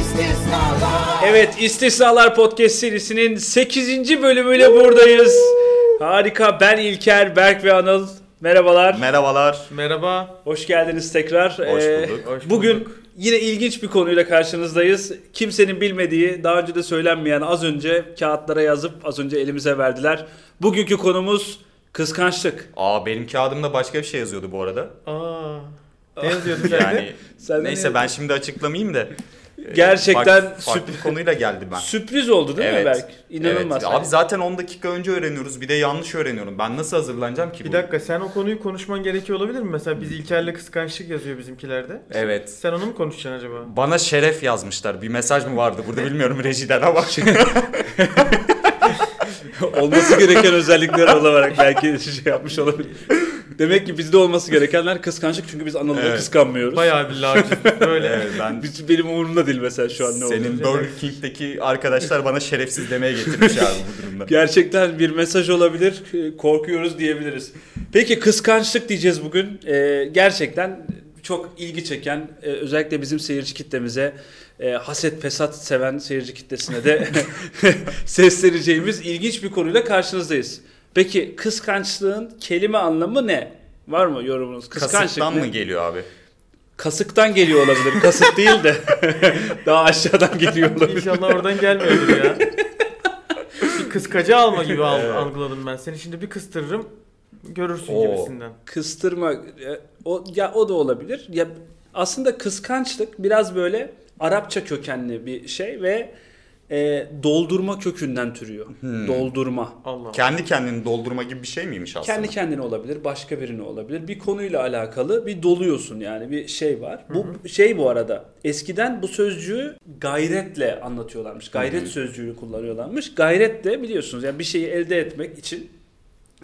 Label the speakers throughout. Speaker 1: İstisnalar
Speaker 2: Evet İstisnalar Podcast serisinin 8. bölümüyle buradayız. Harika ben İlker, Berk ve Anıl. Merhabalar.
Speaker 3: Merhabalar.
Speaker 4: Merhaba.
Speaker 2: Hoş geldiniz tekrar.
Speaker 3: Hoş
Speaker 2: Ee,
Speaker 3: bulduk.
Speaker 4: Hoş
Speaker 2: bugün
Speaker 4: bulduk.
Speaker 2: yine ilginç bir konuyla karşınızdayız. Kimsenin bilmediği, daha önce de söylenmeyen az önce kağıtlara yazıp az önce elimize verdiler. Bugünkü konumuz kıskançlık.
Speaker 3: Aa benim kağıdımda başka bir şey yazıyordu bu arada.
Speaker 4: Aa. Ne yazıyordun sen de?
Speaker 3: Yani
Speaker 2: Sen hani de
Speaker 3: neyse
Speaker 2: ne-
Speaker 3: ben şimdi açıklamayayım da. Ee,
Speaker 2: Gerçekten
Speaker 3: fark- farklı bir konuyla geldi ben.
Speaker 2: Sürpriz oldu değil mi Berk? İnanılmaz.
Speaker 3: Evet. Abi zaten 10 dakika önce öğreniyoruz. Bir de yanlış öğreniyorum. Ben nasıl hazırlanacağım ki?
Speaker 4: Bir
Speaker 3: bu- Hmm.
Speaker 4: dakika sen o konuyu konuşman gerekiyor olabilir mi? Mesela biz İlker'le kıskançlık yazıyor bizimkilerde.
Speaker 3: Evet.
Speaker 4: Sen onu mu konuşacaksın acaba?
Speaker 3: Bana şeref yazmışlar. Bir mesaj mı vardı burada bilmiyorum rejiden ama.
Speaker 2: Şey, olması gereken özellikler olarak belki şey yapmış olabilir. Demek ki bizde olması gerekenler kıskançlık çünkü biz Anadolu'da
Speaker 3: Evet.
Speaker 2: kıskanmıyoruz.
Speaker 4: Bayağı bir laciz böyle.
Speaker 3: evet ben
Speaker 2: Biz- benim umurumda değil mesela şu an ne
Speaker 3: senin
Speaker 2: oluyor.
Speaker 3: Burger King'deki arkadaşlar bana şerefsiz demeye getirmiş abi bu durumda.
Speaker 2: Gerçekten bir mesaj olabilir. e, Korkuyoruz diyebiliriz. Peki kıskançlık diyeceğiz bugün. E, gerçekten çok ilgi çeken e, özellikle bizim seyirci kitlemize e, haset fesat seven seyirci kitlesine de sesleneceğimiz ilginç bir konuyla karşınızdayız. Peki kıskançlığın kelime anlamı ne? Var mı yorumunuz?
Speaker 3: Kasıktan
Speaker 2: ne?
Speaker 3: mı geliyor abi?
Speaker 2: Kasıktan geliyor olabilir. Kasık değil de daha aşağıdan geliyor olabilir.
Speaker 4: İnşallah oradan gelmiyordur ya. bir kıskacı alma gibi al- algıladım ben. Seni şimdi bir kıstırırım görürsün
Speaker 3: Oo.
Speaker 4: gibisinden.
Speaker 2: kıstırma e, o ya o da olabilir. Ya aslında kıskançlık biraz böyle Arapça kökenli bir şey ve e, doldurma kökünden türüyor. Doldurma.
Speaker 4: Allah.
Speaker 3: Kendi kendini doldurma gibi bir şey miymiş aslında?
Speaker 2: Kendi kendine olabilir, başka birine olabilir. Bir konuyla alakalı bir doluyorsun yani bir şey var. Bu şey bu arada. Eskiden bu sözcüğü gayretle anlatıyorlarmış. Gayret sözcüğünü kullanıyorlarmış. Gayret de biliyorsunuz yani bir şeyi elde etmek için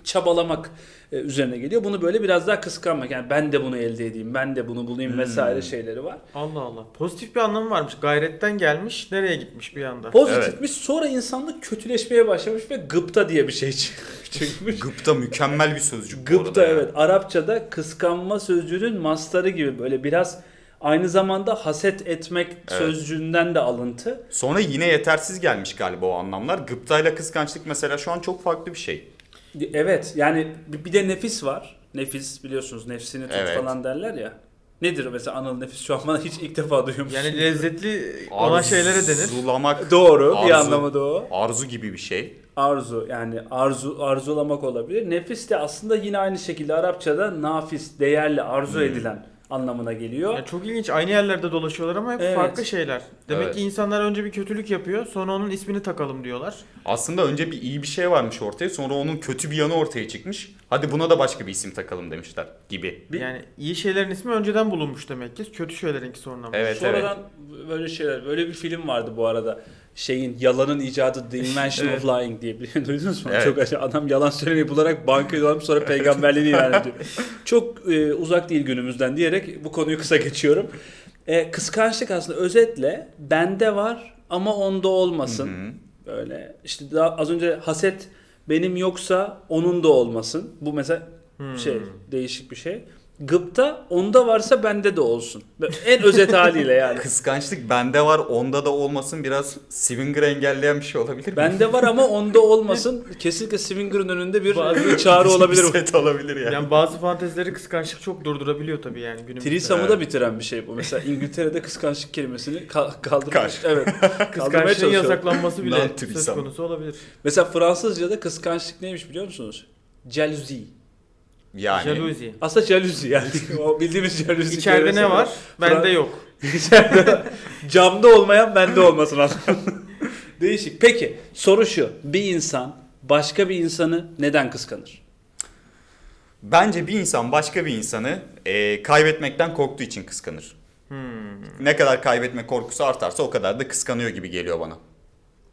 Speaker 2: çabalamak e, üzerine geliyor. Bunu böyle biraz daha kıskanmak. Yani ben de bunu elde edeyim, ben de bunu bulayım vesaire şeyleri var.
Speaker 4: Allah Allah. Pozitif bir anlamı varmış. Gayretten gelmiş nereye gitmiş bir anda.
Speaker 2: Pozitifmiş. Sonra insanlık kötüleşmeye başlamış ve gıpta diye bir şey çıkmış.
Speaker 3: Gıpta mükemmel bir sözcük bu
Speaker 2: Gıpta
Speaker 3: arada ya.
Speaker 2: evet. Arapçada kıskanma sözcüğünün mastarı gibi böyle biraz aynı zamanda haset etmek sözcüğünden de alıntı.
Speaker 3: Sonra yine yetersiz gelmiş galiba o anlamlar. Gıptayla kıskançlık mesela şu an çok farklı bir şey.
Speaker 2: Evet yani bir bir de nefis var. Nefis biliyorsunuz nefsini tut
Speaker 3: Evet.
Speaker 2: falan derler ya. Nedir mesela anıl nefis şu an bana hiç ilk defa duyuyormuş.
Speaker 4: Yani lezzetli olan şeylere denir.
Speaker 3: Arzulamak.
Speaker 2: doğru bir
Speaker 3: Arzu.
Speaker 2: anlamı da o.
Speaker 3: Arzu gibi bir şey.
Speaker 2: Arzu yani arzu arzulamak olabilir. Nefis de aslında yine aynı şekilde Arapçada nafis, değerli, arzu edilen anlamına geliyor.
Speaker 4: Ya çok ilginç. Aynı yerlerde dolaşıyorlar ama hep
Speaker 2: Evet.
Speaker 4: farklı şeyler. Demek
Speaker 3: Evet.
Speaker 4: ki insanlar önce bir kötülük yapıyor, sonra onun ismini takalım diyorlar.
Speaker 3: Aslında önce bir iyi bir şey varmış ortaya sonra onun kötü bir yanı ortaya çıkmış. Hadi buna da başka bir isim takalım demişler gibi.
Speaker 2: Bir-
Speaker 4: Yani iyi şeylerin ismi önceden bulunmuş demek ki. Kötü şeylerinki sonramış.
Speaker 3: Evet evet.
Speaker 2: Sonradan böyle şeyler, böyle bir film vardı bu arada. Şeyin yalanın icadı The Invention of Lying diye bir duydunuz mu?
Speaker 3: Evet.
Speaker 2: Çok acayip. adam yalan söylemeyi bularak bankayı dolanıp sonra peygamberliğini ilan ediyor. Çok e, uzak değil günümüzden diyerek bu konuyu kısa geçiyorum. E, kıskançlık aslında özetle bende var ama onda olmasın. Böyle işte daha az önce haset benim yoksa onun da olmasın. Bu mesela
Speaker 4: Hmm.
Speaker 2: şey değişik bir şey. Gıpta onda varsa bende de olsun. Böyle En özet haliyle yani.
Speaker 3: Kıskançlık bende var onda da olmasın biraz swinger engelleyen bir şey olabilir mi?
Speaker 2: Bende var ama onda olmasın. Kesinlikle Swinger'ın önünde bir
Speaker 4: Bazı-
Speaker 2: çağrı olabilir.
Speaker 3: Bir
Speaker 2: bu.
Speaker 3: set olabilir yani.
Speaker 4: Yani bazı fantezileri kıskançlık çok durdurabiliyor tabii yani günümüzde.
Speaker 2: Trisam'ı
Speaker 3: Evet.
Speaker 2: da bitiren bir şey bu. Mesela İngiltere'de kıskançlık kelimesini ka- kaldırmış.
Speaker 3: Kar.
Speaker 2: Evet. Kaldırmaya
Speaker 4: Kıskançlığın
Speaker 2: çalışıyor.
Speaker 4: yasaklanması bile
Speaker 3: Lan
Speaker 4: söz
Speaker 3: trisam.
Speaker 4: konusu olabilir.
Speaker 2: Mesela Fransızca'da kıskançlık neymiş biliyor musunuz? Jalousie.
Speaker 3: Yani.
Speaker 4: Jalouzi.
Speaker 2: Aslında jalousie yani. o bildiğimiz jalousie.
Speaker 4: İçeride
Speaker 2: kelimesi
Speaker 4: ne var? Bende
Speaker 2: Fra-
Speaker 4: yok.
Speaker 2: İçeride camda olmayan bende olmasın aslında. Değişik. Peki soru şu. Bir insan başka bir insanı neden kıskanır?
Speaker 3: Bence bir insan başka bir insanı eee, kaybetmekten korktuğu için kıskanır.
Speaker 2: Hmm.
Speaker 3: Ne kadar kaybetme korkusu artarsa o kadar da kıskanıyor gibi geliyor bana.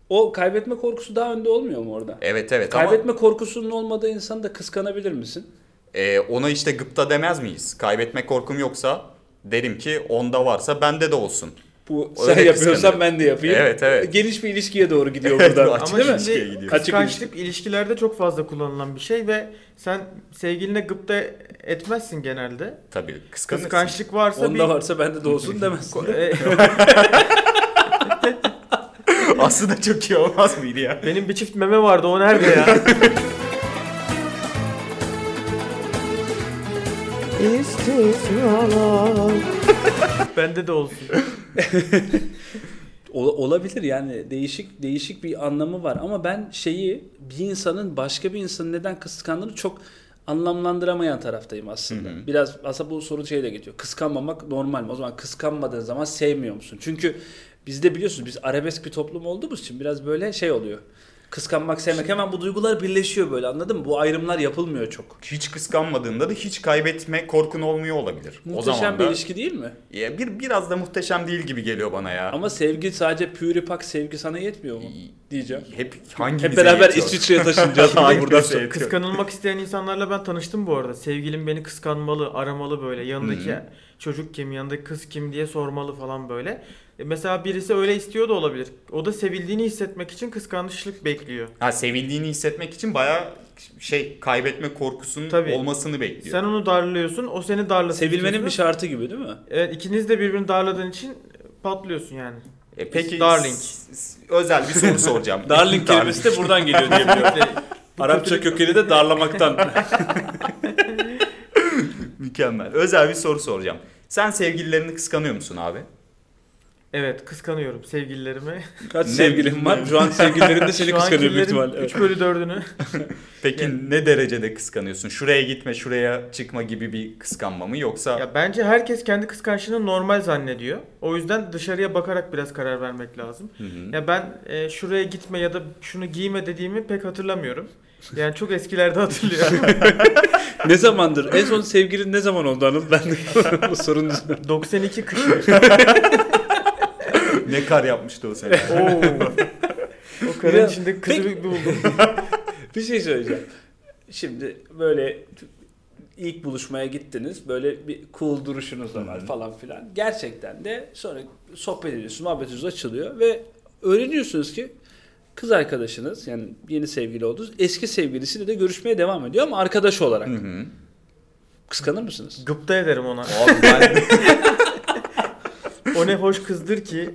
Speaker 2: O kaybetme korkusu daha önde olmuyor mu orada?
Speaker 3: Evet evet ama
Speaker 2: Kaybetme korkusunun olmadığı insanı da kıskanabilir misin?
Speaker 3: eee, e, ona işte gıpta demez miyiz? Kaybetme korkum yoksa derim ki onda varsa bende de olsun.
Speaker 2: Bu
Speaker 3: O
Speaker 2: sen
Speaker 3: öyle
Speaker 2: yapıyorsan
Speaker 3: kıskanıyor.
Speaker 2: ben de yapayım.
Speaker 3: Evet, evet.
Speaker 2: Geniş bir ilişkiye doğru gidiyor buradan.
Speaker 3: Açık
Speaker 4: Ama
Speaker 2: değil mi?
Speaker 3: ilişkiye
Speaker 4: şimdi
Speaker 3: gidiyoruz.
Speaker 4: kıskançlık ilişkilerde çok fazla kullanılan bir şey ve sen sevgiline gıpta etmezsin genelde.
Speaker 3: Tabii kıskanırsın.
Speaker 4: Kıskançlık varsa bir
Speaker 2: Onda varsa bende de olsun demez.
Speaker 4: E,
Speaker 3: Aslında çok iyi olmaz mıydı ya?
Speaker 4: Benim bir çift meme vardı o nerede ya? Bende de olsun.
Speaker 2: Ola- olabilir yani değişik değişik bir anlamı var ama ben şeyi bir insanın başka bir insanın neden kıskandığını çok anlamlandıramayan taraftayım aslında. Biraz aslında bu soru şeye de geçiyor. Kıskanmamak normal mi? O zaman kıskanmadığın zaman sevmiyor musun? Çünkü bizde biliyorsunuz biz arabesk bir toplum olduğumuz için biraz böyle şey oluyor. Kıskanmak, sevmek hemen bu duygular birleşiyor böyle anladın mı? Bu ayrımlar yapılmıyor çok.
Speaker 3: Hiç kıskanmadığında da hiç kaybetme korkun olmuyor olabilir.
Speaker 2: Muhteşem
Speaker 3: o zaman
Speaker 2: bir
Speaker 3: da
Speaker 2: ilişki değil mi?
Speaker 3: Ya bir biraz da muhteşem değil gibi geliyor bana ya.
Speaker 2: Ama sevgi sadece püripak sevgi sana yetmiyor mu? Diyeceğim.
Speaker 3: Hep hangimize
Speaker 2: Hep beraber
Speaker 3: yetiyor?
Speaker 2: İsviçre'ye taşınacağız abi
Speaker 3: Hangimize
Speaker 2: buradan sonra.
Speaker 3: yetiyor?
Speaker 4: Kıskanılmak isteyen insanlarla ben tanıştım bu arada. Sevgilim beni kıskanmalı, aramalı böyle. Yanındaki
Speaker 3: Hı.
Speaker 4: çocuk kim, yanındaki kız kim diye sormalı falan böyle. E, Mesela birisi öyle istiyor da olabilir. O da sevildiğini hissetmek için kıskançlık bekliyor.
Speaker 3: Ha sevildiğini hissetmek için bayağı şey kaybetme korkusunun
Speaker 4: Tabii.
Speaker 3: olmasını bekliyor.
Speaker 4: Sen onu darlıyorsun, o seni darlasın.
Speaker 2: Sevilmenin bir
Speaker 4: istiyorsun.
Speaker 2: şartı gibi değil mi?
Speaker 4: Evet, ikiniz de birbirini darladığın için patlıyorsun yani.
Speaker 3: E, peki
Speaker 4: Darling.
Speaker 3: s- s- özel bir soru soracağım.
Speaker 2: Darling kelimesi de buradan geliyor diye biliyorum. Arapça kökeni de darlamaktan.
Speaker 3: Mükemmel. Özel bir soru soracağım. Sen sevgililerini kıskanıyor musun abi?
Speaker 4: Evet, kıskanıyorum sevgililerimi.
Speaker 2: Kaç
Speaker 3: Ne-
Speaker 2: sevgilin var? Şu an sevgililerin de seni kıskanıyor büyük ihtimalle. Evet.
Speaker 4: 3 bölü 4'ünü.
Speaker 3: Peki ne derecede kıskanıyorsun? Şuraya gitme, şuraya çıkma gibi bir kıskanma mı yoksa
Speaker 4: Ya bence herkes kendi kıskançlığını normal zannediyor. O yüzden dışarıya bakarak biraz karar vermek lazım.
Speaker 3: Hı hı.
Speaker 4: Ya ben e, şuraya gitme ya da şunu giyme dediğimi pek hatırlamıyorum. Yani çok eskilerde hatırlıyorum.
Speaker 2: Ne zamandır? En son sevgilin ne zaman oldu Anıl? Ben de bu sorunun üzerine.
Speaker 4: 92 kışı.
Speaker 3: ne kar yapmıştı o sene?
Speaker 4: Oo. O karın
Speaker 2: Biraz-
Speaker 4: içinde kızı
Speaker 2: Peki-
Speaker 4: buldum.
Speaker 2: Bir şey söyleyeceğim. Şimdi böyle ilk buluşmaya gittiniz. Böyle bir cool duruşunuz da var
Speaker 3: Hı.
Speaker 2: falan filan. Gerçekten de sonra sohbet ediyorsunuz, muhabbetiniz açılıyor ve öğreniyorsunuz ki kız arkadaşınız yani yeni sevgili oldunuz. Eski sevgilisiyle de görüşmeye devam ediyor ama arkadaş olarak.
Speaker 3: Hı hı.
Speaker 2: Kıskanır mısınız?
Speaker 4: Gıpta ederim ona.
Speaker 3: Abi ben
Speaker 4: O ne hoş kızdır ki.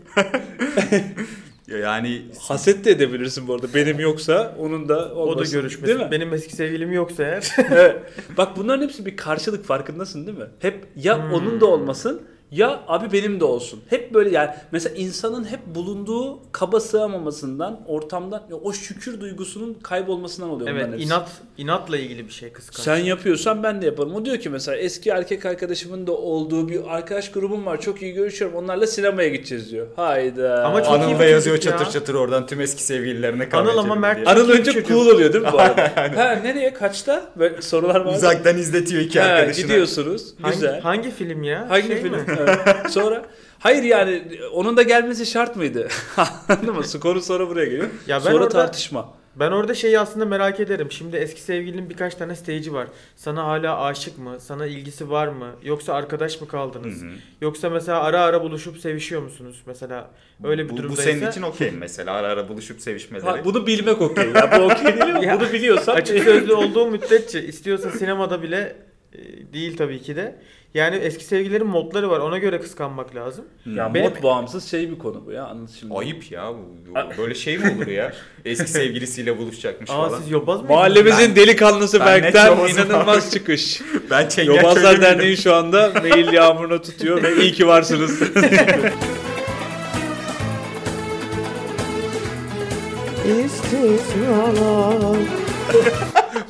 Speaker 3: yani
Speaker 2: Haset de edebilirsin bu arada. Benim yoksa onun da
Speaker 4: O da
Speaker 2: olmasın. Değil mi?
Speaker 4: görüşmesin. Benim eski sevgilim yoksa eğer.
Speaker 2: Evet. Bak bunların hepsi bir karşılık farkındasın değil mi? Hep ya
Speaker 4: Hmm.
Speaker 2: onun da olmasın ya abi benim de olsun. Hep böyle yani mesela insanın hep bulunduğu kaba sığamamasından, ortamdan ya o şükür duygusunun kaybolmasından oluyor bunların
Speaker 4: evet
Speaker 2: hepsi.
Speaker 4: inat inatla ilgili bir şey kıskanç.
Speaker 2: Sen yapıyorsan ben de yaparım. O diyor ki mesela eski erkek arkadaşımın da olduğu bir arkadaş grubum var. Çok iyi görüşüyorum. Onlarla sinemaya gideceğiz diyor. Hayda.
Speaker 4: Ama çok iyi
Speaker 3: Anıl
Speaker 4: bir
Speaker 3: da yazıyor
Speaker 4: çocuk ya.
Speaker 3: çatır çatır oradan tüm eski sevgililerine
Speaker 4: Anıl
Speaker 3: kahve
Speaker 4: ama
Speaker 3: içelim
Speaker 4: Mert-
Speaker 3: diye.
Speaker 2: Anıl
Speaker 4: Çok iyi
Speaker 2: önce
Speaker 4: çocuk.
Speaker 2: cool oluyor değil mi bu arada? ha nereye kaçta? Böyle sorular var.
Speaker 3: Uzaktan izletiyor iki
Speaker 2: Ha,
Speaker 3: arkadaşına.
Speaker 2: gidiyorsunuz.
Speaker 4: Hangi,
Speaker 2: Güzel.
Speaker 4: hangi film ya?
Speaker 2: Hangi
Speaker 4: Şey mi?
Speaker 2: film? Evet. Sonra hayır yani onun da gelmesi şart mıydı? Anladın mı? Skoru sonra buraya geliyor.
Speaker 4: Ya ben
Speaker 2: sonra
Speaker 4: orada-
Speaker 2: tartışma.
Speaker 4: Ben orada şeyi aslında merak ederim. Şimdi eski sevgilinin birkaç tane stage'i var. Sana hala aşık mı? Sana ilgisi var mı? Yoksa arkadaş mı
Speaker 3: Hı
Speaker 4: kaldınız?
Speaker 3: hı.
Speaker 4: Yoksa mesela ara ara buluşup sevişiyor musunuz? Mesela öyle bir
Speaker 3: bu, bu
Speaker 4: durumdaysa.
Speaker 3: senin için okey mi mesela ara ara buluşup sevişmeleri.
Speaker 2: Ha, bunu bilmek okey. Ya bu okey değil ama
Speaker 4: Ya.
Speaker 2: bunu biliyorsan
Speaker 4: Açık sözlü olduğu müddetçe istiyorsa sinemada bile e, değil tabii ki de. Yani eski sevgililerin modları var. Ona göre kıskanmak lazım.
Speaker 2: ya mod
Speaker 4: Benim-
Speaker 2: bağımsız şey bir konu bu ya anladın şimdi.
Speaker 3: Ayıp ya bu- bu- böyle şey mi olur ya? Eski sevgilisiyle buluşacakmış
Speaker 4: Aa
Speaker 3: falan.
Speaker 4: siz yobaz mıydınız?
Speaker 2: Mahallemizin delikanlısı
Speaker 3: ben ne
Speaker 2: Berk'ten
Speaker 3: çobazım
Speaker 2: inanılmaz çıkış.
Speaker 3: Ben Çengel
Speaker 2: Yobazlar
Speaker 3: Çölü'nün-
Speaker 2: Derneği şu anda mail yağmuruna tutuyor ve iyi ki varsınız.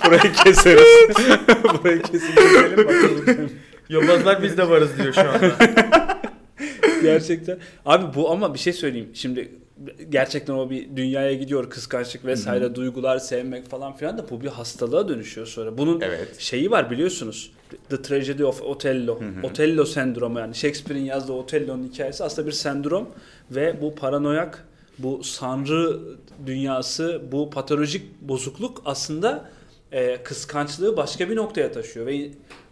Speaker 2: Burayı keseriz. Burayı kesip keselim bakalım.
Speaker 4: Yobazlar biz de varız diyor şu anda.
Speaker 2: Gerçekten. Abi bu ama bir şey söyleyeyim. Şimdi gerçekten o bir dünyaya gidiyor kıskançlık vesaire duygular sevmek falan filan da bu bir hastalığa dönüşüyor sonra. Bunun
Speaker 3: Evet.
Speaker 2: şeyi var biliyorsunuz. The Tragedy of Othello. Othello sendromu yani Shakespeare'in yazdığı Othello'nun hikayesi aslında bir sendrom ve bu paranoyak bu sanrı dünyası bu patolojik bozukluk aslında e, kıskançlığı başka bir noktaya taşıyor ve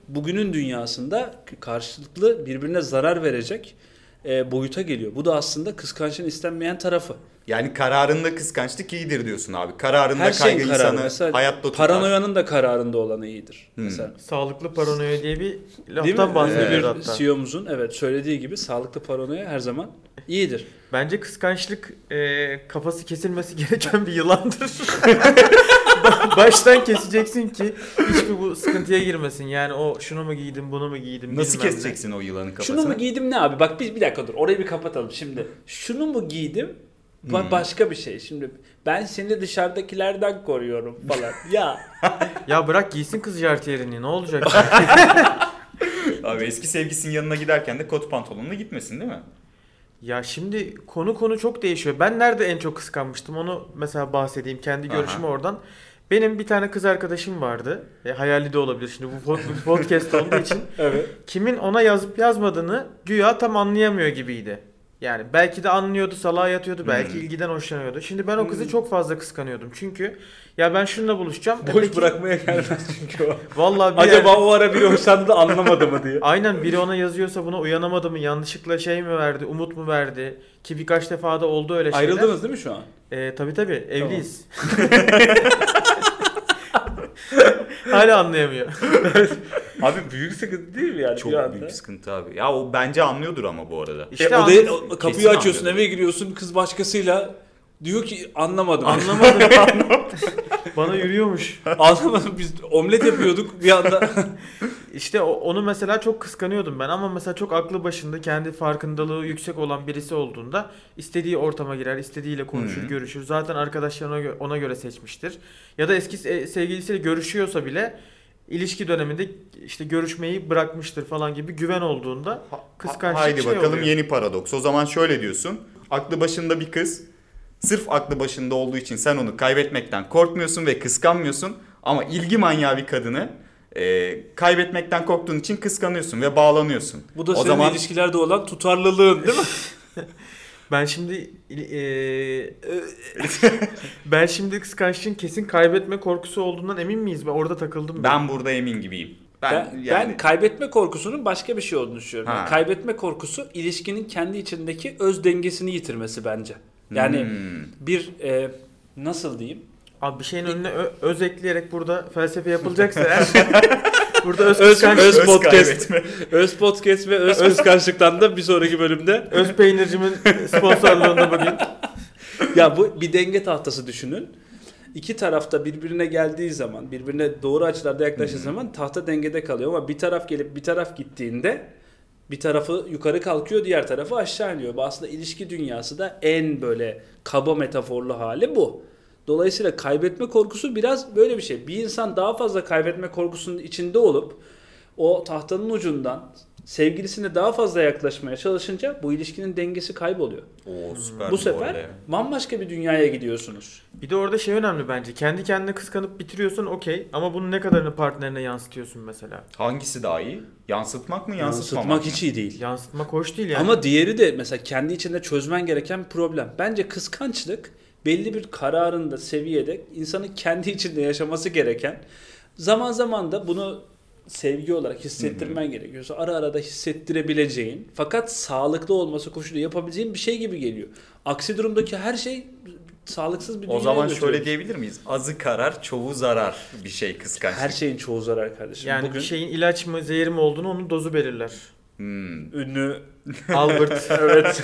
Speaker 2: bugünün dünyasında karşılıklı birbirine zarar verecek e, boyuta geliyor. Bu da aslında kıskançlığın istenmeyen tarafı.
Speaker 3: Yani kararında kıskançlık iyidir diyorsun abi. Kararında
Speaker 2: Her
Speaker 3: kaygı
Speaker 2: şeyin kararı.
Speaker 3: insanı
Speaker 2: Mesela
Speaker 3: hayatta tutar.
Speaker 2: paranoyanın da kararında olanı iyidir. Mesela.
Speaker 4: Sağlıklı paranoya diye bir
Speaker 2: Değil
Speaker 4: laftan
Speaker 2: mi?
Speaker 4: bahsediyor
Speaker 2: Özgür
Speaker 4: hatta.
Speaker 2: CEO'muzun E evet söylediği gibi sağlıklı paranoya her zaman iyidir.
Speaker 4: Bence kıskançlık e, kafası kesilmesi gereken bir yılandır. Ba- Baştan keseceksin ki hiçbir bu sıkıntıya girmesin. Yani o şunu mu giydim, bunu mu giydim
Speaker 3: Nasıl
Speaker 4: bilmem ne.
Speaker 3: keseceksin o yılanın kafasını?
Speaker 2: Şunu mu giydim ne abi? Bak biz bir dakika dur. Orayı bir kapatalım şimdi. Şunu mu giydim? Ba- başka bir şey. Şimdi ben seni dışarıdakilerden koruyorum falan. ya
Speaker 4: Ya bırak giysin kız jartiyerini ne olacak?
Speaker 3: Abi eski sevgisinin yanına giderken de kot pantolonla gitmesin değil mi?
Speaker 4: ya şimdi konu konu çok değişiyor. Ben nerede en çok kıskanmıştım onu mesela bahsedeyim. Kendi
Speaker 3: Aha.
Speaker 4: görüşümü oradan. Benim bir tane kız arkadaşım vardı. E, hayali de olabilir şimdi bu pod- bu podcast olduğu için.
Speaker 2: evet.
Speaker 4: kimin ona yazıp yazmadığını güya tam anlayamıyor gibiydi. Yani belki de anlıyordu, salağa yatıyordu, belki ilgiden hoşlanıyordu. Şimdi ben o kızı çok fazla kıskanıyordum. Çünkü ya ben şununla buluşacağım. E
Speaker 2: Hmm. Boş
Speaker 4: peki-
Speaker 2: bırakmaya gelmez çünkü o.
Speaker 4: Vallahi bir
Speaker 2: Acaba
Speaker 4: yer-
Speaker 2: o ara biri hoşlandı da anlamadı mı diye.
Speaker 4: Aynen biri ona yazıyorsa buna uyanamadı mı? Yanlışlıkla şey mi verdi? Umut mu verdi? Ki birkaç defa da oldu öyle şeyler.
Speaker 2: Ayrıldınız değil mi şu an?
Speaker 4: Ee, tabii tabii evliyiz. Hala anlayamıyor.
Speaker 2: Abi büyük sıkıntı değil mi yani?
Speaker 3: Çok
Speaker 2: bir anda?
Speaker 3: büyük sıkıntı abi. Ya o bence anlıyordur ama bu arada.
Speaker 4: İşte
Speaker 2: e, odayı,
Speaker 4: anlıyorsun.
Speaker 2: o- kapıyı
Speaker 3: Kesin
Speaker 2: açıyorsun
Speaker 3: anlıyordur.
Speaker 2: eve giriyorsun kız başkasıyla diyor ki anlamadım.
Speaker 4: Anlamadım. Bana yürüyormuş.
Speaker 2: anlamadım biz omlet yapıyorduk bir anda.
Speaker 4: İşte o- onu mesela çok kıskanıyordum ben ama mesela çok aklı başında kendi farkındalığı yüksek olan birisi olduğunda istediği ortama girer, istediğiyle konuşur,
Speaker 3: Hı.
Speaker 4: görüşür. Zaten arkadaşlarına gö- ona göre seçmiştir. Ya da eski se- sevgilisiyle görüşüyorsa bile ilişki döneminde işte görüşmeyi bırakmıştır falan gibi güven olduğunda kıskançlık
Speaker 3: Haydi
Speaker 4: şey
Speaker 3: bakalım
Speaker 4: oluyor.
Speaker 3: yeni paradoks. O zaman şöyle diyorsun. Aklı başında bir kız sırf aklı başında olduğu için sen onu kaybetmekten korkmuyorsun ve kıskanmıyorsun. Ama ilgi manyağı bir kadını e, kaybetmekten korktuğun için kıskanıyorsun ve bağlanıyorsun.
Speaker 2: Bu da
Speaker 3: o
Speaker 2: senin
Speaker 3: zaman
Speaker 2: ilişkilerde olan tutarlılığın değil mi?
Speaker 4: Ben şimdi il- eee, ben şimdi kıskançlığın kesin kaybetme korkusu olduğundan emin miyiz? Ben orada takıldım
Speaker 3: ben burada emin gibiyim. Ben,
Speaker 2: Ben, ben
Speaker 3: yani
Speaker 2: kaybetme korkusunun başka bir şey olduğunu düşünüyorum.
Speaker 3: Ha.
Speaker 2: Yani kaybetme korkusu ilişkinin kendi içindeki öz dengesini yitirmesi bence. Yani
Speaker 3: Hmm.
Speaker 2: bir e, nasıl diyeyim?
Speaker 4: Abi bir şeyin önüne ö- öz ekleyerek burada felsefe yapılacaksa eğer burada öz
Speaker 2: Öz,
Speaker 4: kıskanç, öz,
Speaker 2: öz
Speaker 3: öz
Speaker 2: podcast,
Speaker 3: kaybetme.
Speaker 2: öz podcast ve öz kıskançlıktan da bir sonraki bölümde
Speaker 4: peynircimin sponsorluğunda bugün.
Speaker 2: ya bu bir denge tahtası düşünün. İki tarafta birbirine geldiği zaman, birbirine doğru açılarda yaklaştığı zaman tahta dengede kalıyor ama bir taraf gelip bir taraf gittiğinde bir tarafı yukarı kalkıyor, diğer tarafı aşağı iniyor. Bu aslında ilişki dünyası da en böyle kaba metaforlu hali bu. Dolayısıyla kaybetme korkusu biraz böyle bir şey. Bir insan daha fazla kaybetme korkusunun içinde olup o tahtanın ucundan sevgilisine daha fazla yaklaşmaya çalışınca bu ilişkinin dengesi kayboluyor
Speaker 3: Oo, süper
Speaker 2: bu
Speaker 3: arada
Speaker 2: sefer
Speaker 3: ya.
Speaker 2: bambaşka bir dünyaya gidiyorsunuz.
Speaker 4: Bir de orada şey önemli bence. Kendi kendine kıskanıp bitiriyorsun okey ama bunun ne kadarını partnerine yansıtıyorsun mesela.
Speaker 3: hangisi daha iyi? Yansıtmak mı yansıtmamak
Speaker 2: Yansıtmak
Speaker 3: mı?
Speaker 2: hiç iyi değil.
Speaker 4: Yansıtma hoş değil yani.
Speaker 2: Ama diğeri de mesela kendi içinde çözmen gereken bir problem. Bence kıskançlık belli bir kararında, seviyede insanın kendi içinde yaşaması gereken. Zaman zaman da bunu sevgi olarak hissettirmen gerekiyorsa ara ara da hissettirebileceğin fakat sağlıklı olması koşuluyla yapabileceğin bir şey gibi geliyor. Aksi durumdaki her şey sağlıksız bir dünyaya
Speaker 3: O zaman
Speaker 2: götürüyor.
Speaker 3: şöyle diyebilir miyiz? Azı karar, çoğu zarar bir şey kıskançlık.
Speaker 2: her şeyin çoğu zarar kardeşim.
Speaker 4: yani
Speaker 2: Bugün
Speaker 4: bir
Speaker 3: şey-
Speaker 4: şeyin ilaç mı zehir mi olduğunu onun dozu belirler.
Speaker 3: Hmm.
Speaker 2: ünlü
Speaker 4: Albert.
Speaker 2: evet.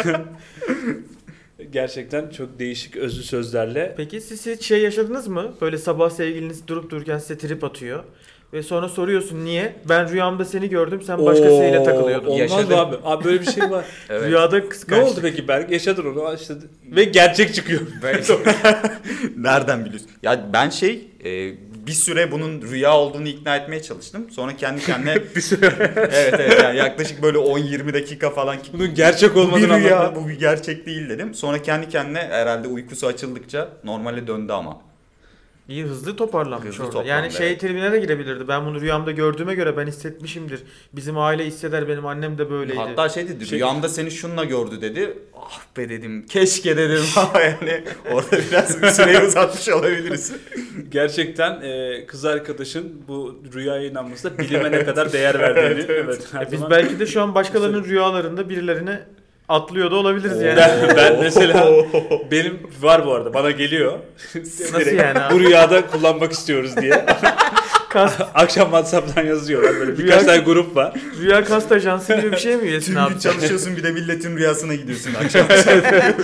Speaker 2: Gerçekten çok değişik özlü sözlerle.
Speaker 4: Peki siz hiç şey yaşadınız mı? Böyle sabah sevgiliniz durup dururken size trip atıyor. Ve sonra soruyorsun niye? Ben rüyamda seni gördüm sen başkasıyla
Speaker 2: Oo,
Speaker 4: takılıyordun.
Speaker 2: Olmaz
Speaker 3: Yaşadım.
Speaker 2: mı abi? Abi böyle bir şey var.
Speaker 3: Evet.
Speaker 4: Rüyada
Speaker 2: ne
Speaker 4: kıskançlık.
Speaker 2: oldu peki Berk? Yaşadın onu. İşte, ve gerçek çıkıyor.
Speaker 3: Ben- Nereden biliyorsun? Ya ben şey e, bir süre bunun rüya olduğunu ikna etmeye çalıştım. Sonra kendi kendine evet evet yani yaklaşık böyle 10-20 dakika falan ki
Speaker 2: Bunun gerçek
Speaker 3: bu bir
Speaker 2: olmadığını
Speaker 3: rüya
Speaker 2: anlatmak.
Speaker 3: bu bir gerçek değil dedim. Sonra kendi kendine herhalde uykusu açıldıkça normale döndü ama.
Speaker 4: İyi hızlı toparlanmış
Speaker 3: Hızlı
Speaker 4: orada. yani
Speaker 3: toplandı,
Speaker 4: şey
Speaker 3: evet.
Speaker 4: tribüne de girebilirdi. Ben bunu rüyamda gördüğüme göre ben hissetmişimdir. Bizim aile hisseder benim annem de böyleydi.
Speaker 3: Hatta şey dedi
Speaker 2: Şey-
Speaker 3: rüyamda seni şununla gördü dedi. Ah be dedim keşke dedim ama yani orada biraz süreyi uzatmış olabiliriz.
Speaker 2: Gerçekten e, kız arkadaşın bu rüyaya inanmasına bilime ne kadar değer verdiğini. evet. her
Speaker 4: E biz
Speaker 2: zaman-
Speaker 4: belki de şu an başkalarının rüyalarında birilerine atlıyor da olabiliriz yani.
Speaker 2: Ben, ben mesela benim var bu arada bana geliyor.
Speaker 4: Nasıl yani
Speaker 2: Bu
Speaker 4: abi?
Speaker 2: rüyada kullanmak istiyoruz diye.
Speaker 4: Kas,
Speaker 2: Akşam WhatsApp'tan yazıyorlar böyle. Birkaç
Speaker 4: Rüya-
Speaker 2: tane grup var.
Speaker 4: rüya kast ajansı gibi bir şey mi üyesin
Speaker 3: Tüm gün
Speaker 4: abi?
Speaker 3: çalışıyorsun bir de milletin rüyasına gidiyorsun akşam.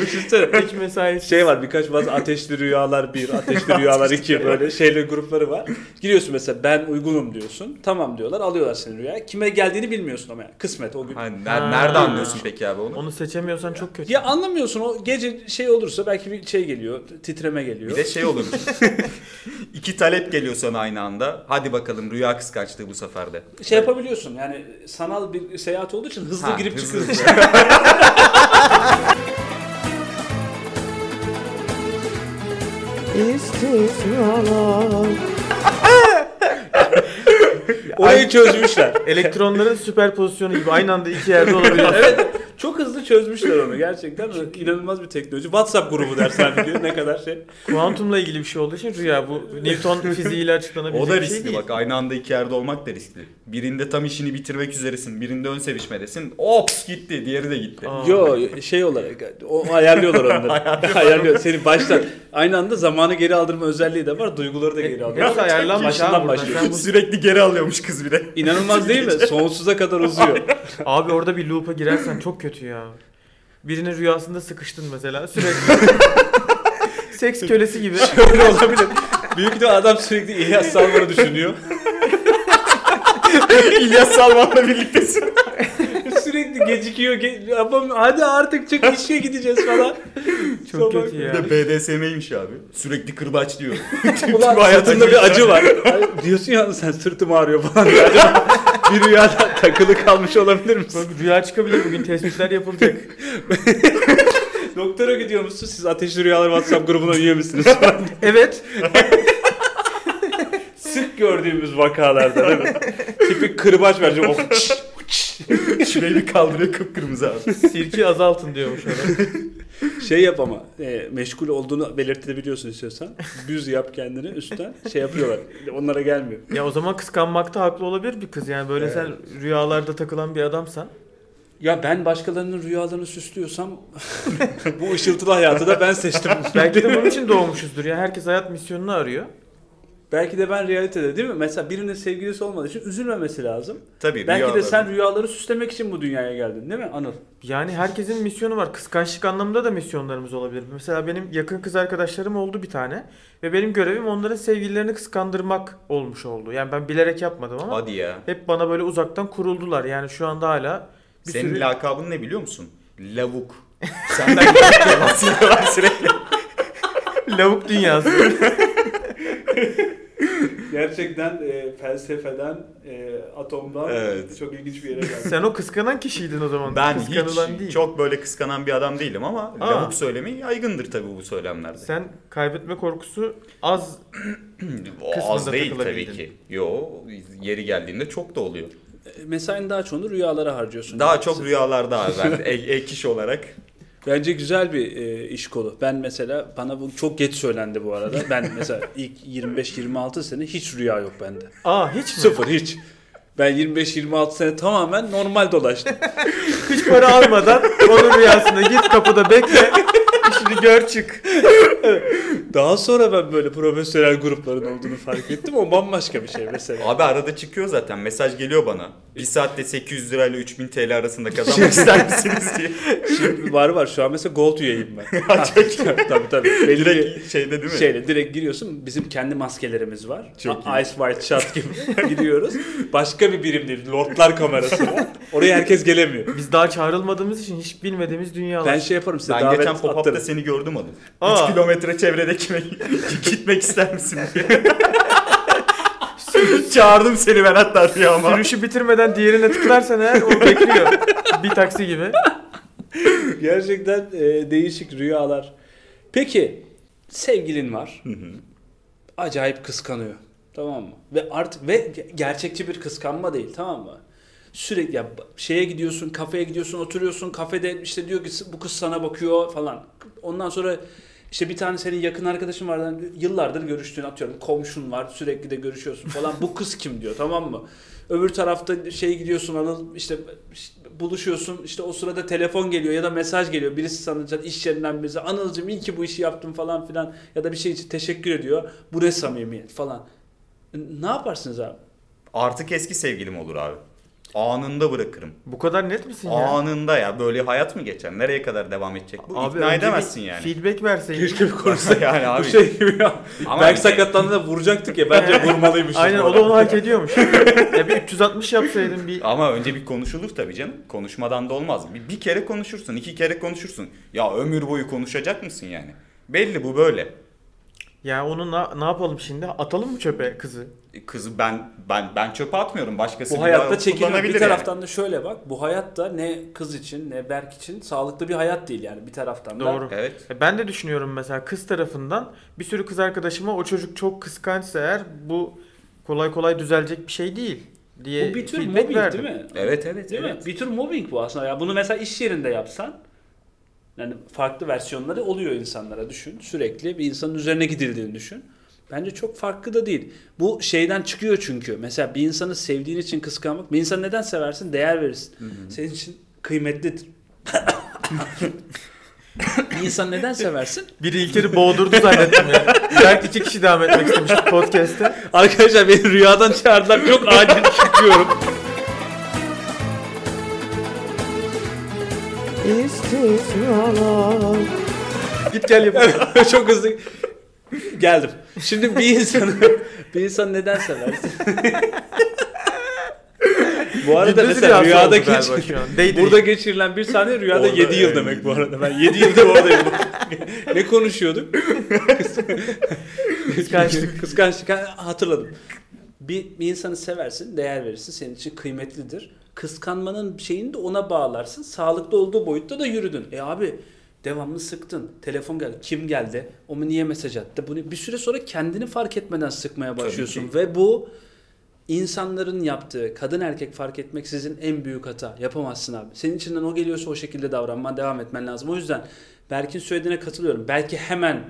Speaker 2: Düşünsene.
Speaker 4: Hiç mesai
Speaker 2: Şey var birkaç bazı ateşli rüyalar bir, ateşli rüyalar iki böyle şeyle grupları var. Giriyorsun mesela ben uygunum diyorsun. Tamam diyorlar alıyorlar seni rüyaya. Kime geldiğini bilmiyorsun ama yani. Kısmet o gün.
Speaker 3: Ha, ner-
Speaker 4: Ha.
Speaker 3: nerede anlıyorsun peki abi onu?
Speaker 4: Onu seçemiyorsan çok kötü.
Speaker 2: Ya anlamıyorsun o gece şey olursa belki bir şey geliyor titreme
Speaker 3: Bir
Speaker 2: geliyor.
Speaker 3: de şey olur. İki talep geliyor sana aynı anda. Hadi bakalım rüya kıskançlığı bu sefer de.
Speaker 2: Şey yapabiliyorsun yani sanal bir seyahat olduğu için hızlı
Speaker 3: Ha,
Speaker 2: girip
Speaker 3: hızlı.
Speaker 2: çıkıyorsun. Orayı çözmüşler.
Speaker 4: Elektronların süper pozisyonu gibi aynı anda iki yerde olabilir.
Speaker 2: evet çok hızlı çözmüşler onu gerçekten. inanılmaz bir teknoloji. WhatsApp grubu dersen biliyor ne kadar şey.
Speaker 4: Kuantumla ilgili bir şey olduğu için rüya bu Newton fiziğiyle açıklanabilecek
Speaker 3: O da
Speaker 4: bir şey
Speaker 3: riskli
Speaker 4: değil.
Speaker 3: bak aynı anda iki yerde olmak da riskli. Birinde tam işini bitirmek üzeresin, birinde ön sevişmedesin. Ops gitti, diğeri de gitti.
Speaker 4: Aa.
Speaker 2: Yo şey olarak o ayarlıyorlar onları. Ayarlıyor. Seni baştan aynı anda zamanı geri aldırma özelliği de var. Duyguları da geri alıyor.
Speaker 4: Nasıl ayarlanmış
Speaker 2: Başından
Speaker 4: abi buradan?
Speaker 2: başlıyor.
Speaker 4: Sen bu-
Speaker 3: Sürekli geri alıyormuş kız bir de.
Speaker 2: İnanılmaz değil mi? Sonsuza kadar uzuyor.
Speaker 4: Abi orada bir loop'a girersen çok kötü ya. Birinin rüyasında sıkıştın mesela sürekli. Seks kölesi gibi.
Speaker 2: Öyle olabilir. Büyük de adam sürekli İlyas Salman'ı düşünüyor.
Speaker 3: İlyas Salman'la birliktesin.
Speaker 2: sürekli gecikiyor. Ge- yapam- hadi artık çık işe gideceğiz falan.
Speaker 4: Çok
Speaker 2: Sabah-
Speaker 4: kötü
Speaker 3: Bir
Speaker 4: ya.
Speaker 3: de BDSM'ymiş abi. Sürekli kırbaç diyor.
Speaker 2: Ulan
Speaker 3: hayat
Speaker 2: sırtında
Speaker 3: acıyor.
Speaker 2: bir acı var. Ay, diyorsun ya sen sırtım ağrıyor falan. diye. Acaba bir rüyada takılı kalmış olabilir misin?
Speaker 4: Bak Rüya çıkabilir bugün tespitler yapılacak.
Speaker 2: Doktora gidiyor musun? Siz Ateşli Rüyalar WhatsApp grubuna üye misiniz?
Speaker 4: Evet.
Speaker 2: Sık gördüğümüz vakalarda değil mi? Tipik kırbaç vereceğim. Of, çş.
Speaker 3: Şurayı bir kaldırıyor kıpkırmızı abi.
Speaker 4: Sirki azaltın diyormuş ona.
Speaker 2: şey yap ama e, meşgul olduğunu belirtebiliyorsun istiyorsan. Düz yap kendini üstten şey yapıyorlar. Onlara gelmiyor.
Speaker 4: Ya o zaman kıskanmakta haklı olabilir bir kız yani böyle sen rüyalarda takılan bir adamsan.
Speaker 2: Ya ben başkalarının rüyalarını süslüyorsam bu ışıltılı hayatı da ben seçtim.
Speaker 4: Belki de bunun için doğmuşuzdur ya. Herkes hayat misyonunu arıyor.
Speaker 2: Belki de ben realitede değil mi? Mesela birinin sevgilisi olmadığı için üzülmemesi lazım.
Speaker 3: Tabii
Speaker 2: Belki de
Speaker 3: rüyalar.
Speaker 2: sen rüyaları süslemek için bu dünyaya geldin değil mi Anıl?
Speaker 4: Yani herkesin misyonu var. Kıskançlık anlamında da misyonlarımız olabilir. Mesela benim yakın kız arkadaşlarım oldu bir tane. Ve benim görevim onların sevgililerini kıskandırmak olmuş oldu. Yani ben bilerek yapmadım ama
Speaker 3: Hadi ya.
Speaker 4: hep bana böyle uzaktan kuruldular. Yani şu anda hala bir
Speaker 3: Senin
Speaker 4: sürü...
Speaker 3: lakabın ne biliyor musun? Lavuk. Senden şey lavuk bahsediyorlar sürekli.
Speaker 4: lavuk dünyası.
Speaker 2: Gerçekten e, felsefeden, e, atomdan
Speaker 3: Evet.
Speaker 2: çok ilginç bir yere geldik.
Speaker 4: Sen o kıskanan kişiydin o zaman.
Speaker 3: Ben
Speaker 4: Kıskanılan
Speaker 3: hiç
Speaker 4: değil.
Speaker 3: çok böyle kıskanan bir adam değilim ama
Speaker 4: Aa.
Speaker 3: lavuk söylemeyi yaygındır tabii bu söylemlerde.
Speaker 4: Sen kaybetme korkusu az
Speaker 3: O az
Speaker 4: kısmında
Speaker 3: değil tabii
Speaker 4: takılabildin.
Speaker 3: ki. Yo yeri geldiğinde çok da oluyor.
Speaker 2: E, Mesain daha çoğunu rüyalara harcıyorsun.
Speaker 3: Daha
Speaker 2: Yani.
Speaker 3: çok rüyalarda abi ben ek, ek iş olarak.
Speaker 2: Bence güzel bir e, iş kolu. Ben mesela bana bu çok geç söylendi bu arada. Ben mesela ilk 25-26 sene hiç rüya yok bende.
Speaker 4: Aa hiç mi?
Speaker 2: Sıfır hiç. Ben 25-26 sene tamamen normal dolaştım.
Speaker 4: Hiç para almadan onun rüyasına git kapıda bekle. işini gör çık.
Speaker 2: Daha sonra ben böyle profesyonel grupların olduğunu fark ettim. O bambaşka bir şey mesela.
Speaker 3: Abi arada çıkıyor zaten mesaj geliyor bana. Bir saatte 800 lirayla 3000 TL arasında kazanmak ister misiniz diye.
Speaker 2: Şimdi var var şu an mesela Gold üyeyim ben. tabii tabii. Belli bir
Speaker 3: Direkt şeyde değil mi?
Speaker 4: şey,
Speaker 2: şeyle direkt giriyorsun. Bizim kendi maskelerimiz var.
Speaker 3: Çok
Speaker 2: A- Ice White Shot gibi gidiyoruz. Başka bir birim değil. Lordlar kamerası var. Oraya herkes gelemiyor.
Speaker 4: Biz daha çağrılmadığımız için hiç bilmediğimiz dünyalar.
Speaker 2: Ben şey yaparım size
Speaker 3: ben
Speaker 2: davet
Speaker 3: geçen pop-up'ta
Speaker 2: atarım.
Speaker 3: seni gördüm oğlum. 3
Speaker 4: Aa.
Speaker 3: kilometre çevrede kime gitmek ister misin diye. Çağırdım seni ben hatta rüyama.
Speaker 4: Yürüyüşü bitirmeden diğerine tıklarsan eğer o bekliyor. bir taksi gibi.
Speaker 2: Gerçekten e, değişik rüyalar. Peki sevgilin var. Acayip kıskanıyor. Tamam mı? Ve artık ve ge- gerçekçi bir kıskanma değil tamam mı? Sürekli ya ba- şeye gidiyorsun, kafeye gidiyorsun, oturuyorsun. Kafede işte diyor ki bu kız sana bakıyor falan. Ondan sonra işte bir tane senin yakın arkadaşın var. yani Yıllardır görüştüğün atıyorum. Komşun var. Sürekli de görüşüyorsun falan. bu kız kim diyor tamam mı? Öbür tarafta şey gidiyorsun Anıl işte buluşuyorsun işte o sırada telefon geliyor ya da mesaj geliyor birisi sanacak iş yerinden bize Anılcım iyi ki bu işi yaptım falan filan ya da bir şey için teşekkür ediyor bu ne samimiyet falan N- ne yaparsınız abi?
Speaker 3: Artık eski sevgilim olur abi. Anında bırakırım.
Speaker 4: Bu kadar net misin ya?
Speaker 3: Anında ya böyle hayat mı geçer? Nereye kadar devam edecek bu? İkna
Speaker 4: önce
Speaker 3: edemezsin
Speaker 4: bir
Speaker 3: yani.
Speaker 4: Feedback verseydin.
Speaker 2: gibi
Speaker 3: yani abi.
Speaker 2: Bu şey gibi ya.
Speaker 3: Ama-
Speaker 2: Berk sakatlandı da vuracaktık ya bence vurmalıymış.
Speaker 4: Aynen o da onu hak ediyormuş. ya bir 360 yapsaydın bir
Speaker 3: Ama önce bir konuşulur tabii canım. Konuşmadan da olmaz. Bir, bir kere konuşursun, iki kere konuşursun. Ya ömür boyu konuşacak mısın yani? Belli bu böyle.
Speaker 4: Ya onu na- ne yapalım şimdi? Atalım mı çöpe kızı?
Speaker 3: E, Kızı ben ben ben çöpe atmıyorum. Başkası
Speaker 2: Bu
Speaker 3: bir
Speaker 2: hayatta
Speaker 3: daha
Speaker 2: çekilmiyor.
Speaker 3: kullanabilir
Speaker 2: Bir
Speaker 3: yani.
Speaker 2: taraftan da şöyle bak. Bu hayatta ne kız için ne Berk için sağlıklı bir hayat değil yani bir taraftan da.
Speaker 4: Doğru.
Speaker 3: Evet.
Speaker 4: E, Ben de düşünüyorum mesela kız tarafından bir sürü kız arkadaşıma o çocuk çok kıskançsa eğer bu kolay kolay düzelecek bir şey değil diye
Speaker 2: Bu bir tür
Speaker 4: feedback
Speaker 2: mobbing
Speaker 4: verdim.
Speaker 2: değil mi?
Speaker 3: Evet evet.
Speaker 2: Değil
Speaker 3: evet.
Speaker 2: mi? Bir tür mobbing bu aslında. Ya bunu mesela iş yerinde yapsan yani farklı versiyonları oluyor insanlara düşün. Sürekli bir insanın üzerine gidildiğini düşün. Bence çok farklı da değil. Bu şeyden çıkıyor çünkü. Mesela bir insanı sevdiğin için kıskanmak. Bir insanı neden seversin? Değer verirsin. Senin için kıymetlidir. bir insanı neden seversin?
Speaker 4: Biri İlker'i boğdurdu zannettim ya. Belki iki kişi devam etmek istemiş podcast'te.
Speaker 2: Arkadaşlar beni rüyadan çağırdılar. Çok acil çıkıyorum.
Speaker 4: Git gel yapalım.
Speaker 2: Çok hızlı geldim. Şimdi bir insanı bir insan neden seversin? Bu arada
Speaker 4: Ciddi
Speaker 2: mesela
Speaker 4: bir
Speaker 2: rüyada
Speaker 4: hasta oldu galiba
Speaker 2: geç...
Speaker 4: şu an. Değdi.
Speaker 2: Burada geçirilen bir saniye rüyada
Speaker 3: Orada e,
Speaker 2: 7 yıl
Speaker 3: evet.
Speaker 2: demek bu arada. Ben 7 yıldır oradayım. ne konuşuyorduk?
Speaker 4: Kıskançlık.
Speaker 2: Kıskançlık. Ha, Hatırladım. Bir, bir insanı seversin, değer verirsin, senin için kıymetlidir. Kıskanmanın şeyini de ona bağlarsın. Sağlıklı olduğu boyutta da yürüdün. E abi devamlı sıktın. Telefon geldi. Kim geldi? O mu niye mesaj attı? Bunu bir süre sonra kendini fark etmeden sıkmaya başlıyorsun. Ve bu insanların yaptığı kadın erkek fark etmek sizin en büyük hata. Yapamazsın abi. Senin içinden o geliyorsa o şekilde davranman devam etmen lazım. O yüzden Berk'in söylediğine katılıyorum. Belki hemen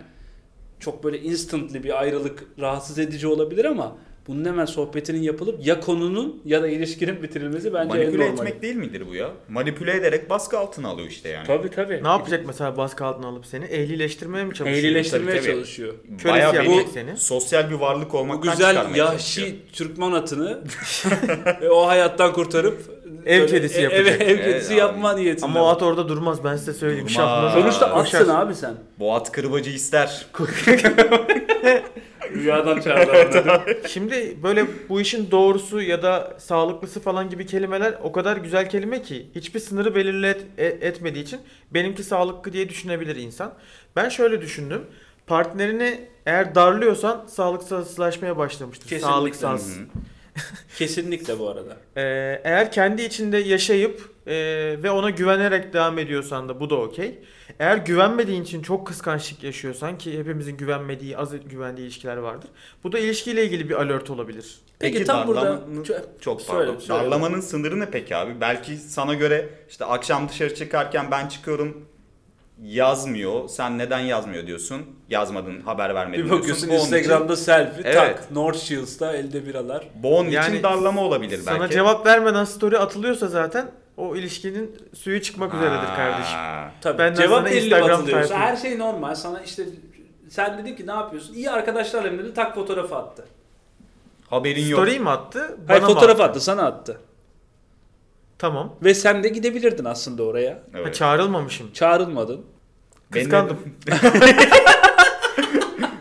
Speaker 2: çok böyle instantly bir ayrılık rahatsız edici olabilir ama bunun hemen sohbetinin yapılıp ya konunun ya da ilişkinin bitirilmesi bence en
Speaker 3: Manipüle
Speaker 2: normal.
Speaker 3: etmek değil midir bu ya? Manipüle ederek baskı altına alıyor işte yani.
Speaker 2: Tabii tabii.
Speaker 4: ne yapacak mesela baskı altına alıp seni? Ehlileştirmeye mi çalışıyor?
Speaker 2: Ehlileştirmeye
Speaker 3: Tabii, tabii.
Speaker 2: çalışıyor.
Speaker 4: Kölesi
Speaker 3: Bayağı
Speaker 4: yapacak
Speaker 3: bu
Speaker 4: seni.
Speaker 3: sosyal bir varlık
Speaker 2: Bu
Speaker 3: olmaktan
Speaker 2: güzel
Speaker 3: çıkarmaya çalışıyor.
Speaker 2: yahşi Türkman atını e, o hayattan kurtarıp
Speaker 4: Ev
Speaker 2: böyle
Speaker 4: kedisi
Speaker 2: ev-
Speaker 4: yapacak.
Speaker 2: Ev, ev kedisi
Speaker 3: Evet
Speaker 2: yapma niyetinde.
Speaker 4: Ama o at orada durmaz ben size söyleyeyim. şey
Speaker 3: Durmaz.
Speaker 4: Şaplar.
Speaker 2: Sonuçta
Speaker 4: Koşar.
Speaker 2: atsın abi sen.
Speaker 3: Boğat kırbacı ister.
Speaker 2: Rüyadan çağırdı.
Speaker 4: Şimdi böyle bu işin doğrusu ya da sağlıklısı falan gibi kelimeler o kadar güzel kelime ki hiçbir sınırı belirli et- e- etmediği için benimki sağlıklı diye düşünebilir insan. Ben şöyle düşündüm. Partnerini eğer darlıyorsan sağlıksızlaşmaya başlamıştır.
Speaker 2: Kesinlikle.
Speaker 4: Sağlıksız.
Speaker 3: Hı hı.
Speaker 2: Kesinlikle bu arada.
Speaker 4: Ee, eğer kendi içinde yaşayıp e, ve ona güvenerek devam ediyorsan da bu da okey. Eğer güvenmediğin için çok kıskançlık yaşıyorsan ki hepimizin güvenmediği, az güvendiği ilişkiler vardır. Bu da ilişkiyle ilgili bir alert olabilir.
Speaker 2: Peki, tam burada
Speaker 3: darlamanın-
Speaker 2: Çö-
Speaker 3: çok
Speaker 2: Söyle,
Speaker 3: pardon.
Speaker 2: söyle.
Speaker 3: Darlamanın sınırı ne peki abi? Belki sana göre işte akşam dışarı çıkarken ben çıkıyorum yazmıyor. Sen neden yazmıyor diyorsun? Yazmadın, haber vermedin
Speaker 2: bir
Speaker 3: diyorsun.
Speaker 2: bakıyorsun
Speaker 3: Bu onun için-
Speaker 2: Instagram'da selfie
Speaker 3: Evet.
Speaker 2: tak North Shields'da elde biralar.
Speaker 3: Bu onun
Speaker 4: Yani
Speaker 3: için darlama olabilir belki.
Speaker 4: Sana cevap vermeden story atılıyorsa zaten o ilişkinin suyu çıkmak üzeredir
Speaker 3: Ha.
Speaker 4: kardeşim.
Speaker 2: Tabii.
Speaker 4: Benden
Speaker 2: Cevap
Speaker 4: sana
Speaker 2: 50
Speaker 4: Instagram
Speaker 2: batılıyorsun.
Speaker 4: tayfı.
Speaker 2: Her şey normal. Sana işte sen dedin ki ne yapıyorsun? İyi arkadaşlarla dedi tak fotoğrafı attı.
Speaker 3: Haberin yok.
Speaker 4: Story mi attı? Bana
Speaker 2: Hayır
Speaker 4: mı
Speaker 2: fotoğraf
Speaker 4: attı?
Speaker 2: attı sana attı.
Speaker 4: Tamam.
Speaker 2: Ve sen de gidebilirdin aslında oraya.
Speaker 3: Evet.
Speaker 4: Ha, çağrılmamışım.
Speaker 2: Çağrılmadın.
Speaker 3: Beni-
Speaker 4: Kıskandım.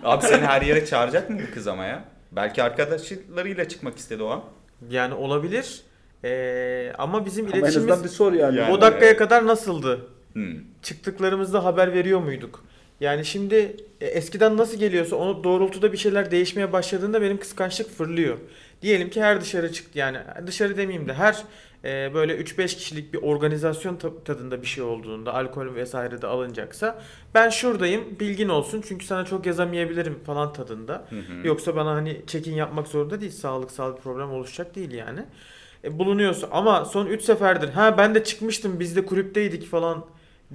Speaker 3: Abi seni her yere çağıracak mı bu kız ama ya? Belki arkadaşlarıyla çıkmak istedi o an.
Speaker 4: Yani olabilir. Ee, ama bizim
Speaker 2: Ama en azından bir
Speaker 4: iletişimimiz
Speaker 2: sor yani.
Speaker 3: Yani
Speaker 4: o dakikaya
Speaker 3: evet.
Speaker 4: kadar nasıldı?
Speaker 3: Hmm.
Speaker 4: çıktıklarımızda haber veriyor muyduk? Yani şimdi e, eskiden nasıl geliyorsa onu doğrultuda bir şeyler değişmeye başladığında benim kıskançlık fırlıyor. Diyelim ki her dışarı çıktı yani dışarı demeyeyim de her e, böyle 3-5 kişilik bir organizasyon ta- tadında bir şey olduğunda alkol vesaire de alınacaksa ben şuradayım bilgin olsun çünkü sana çok yazamayabilirim falan tadında.
Speaker 3: Hı hı.
Speaker 4: Yoksa bana hani check-in yapmak zorunda değil. Sağlıksal bir problem oluşacak değil yani. E, bulunuyorsun ama son 3 seferdir ha ben de çıkmıştım biz de kulüpteydik falan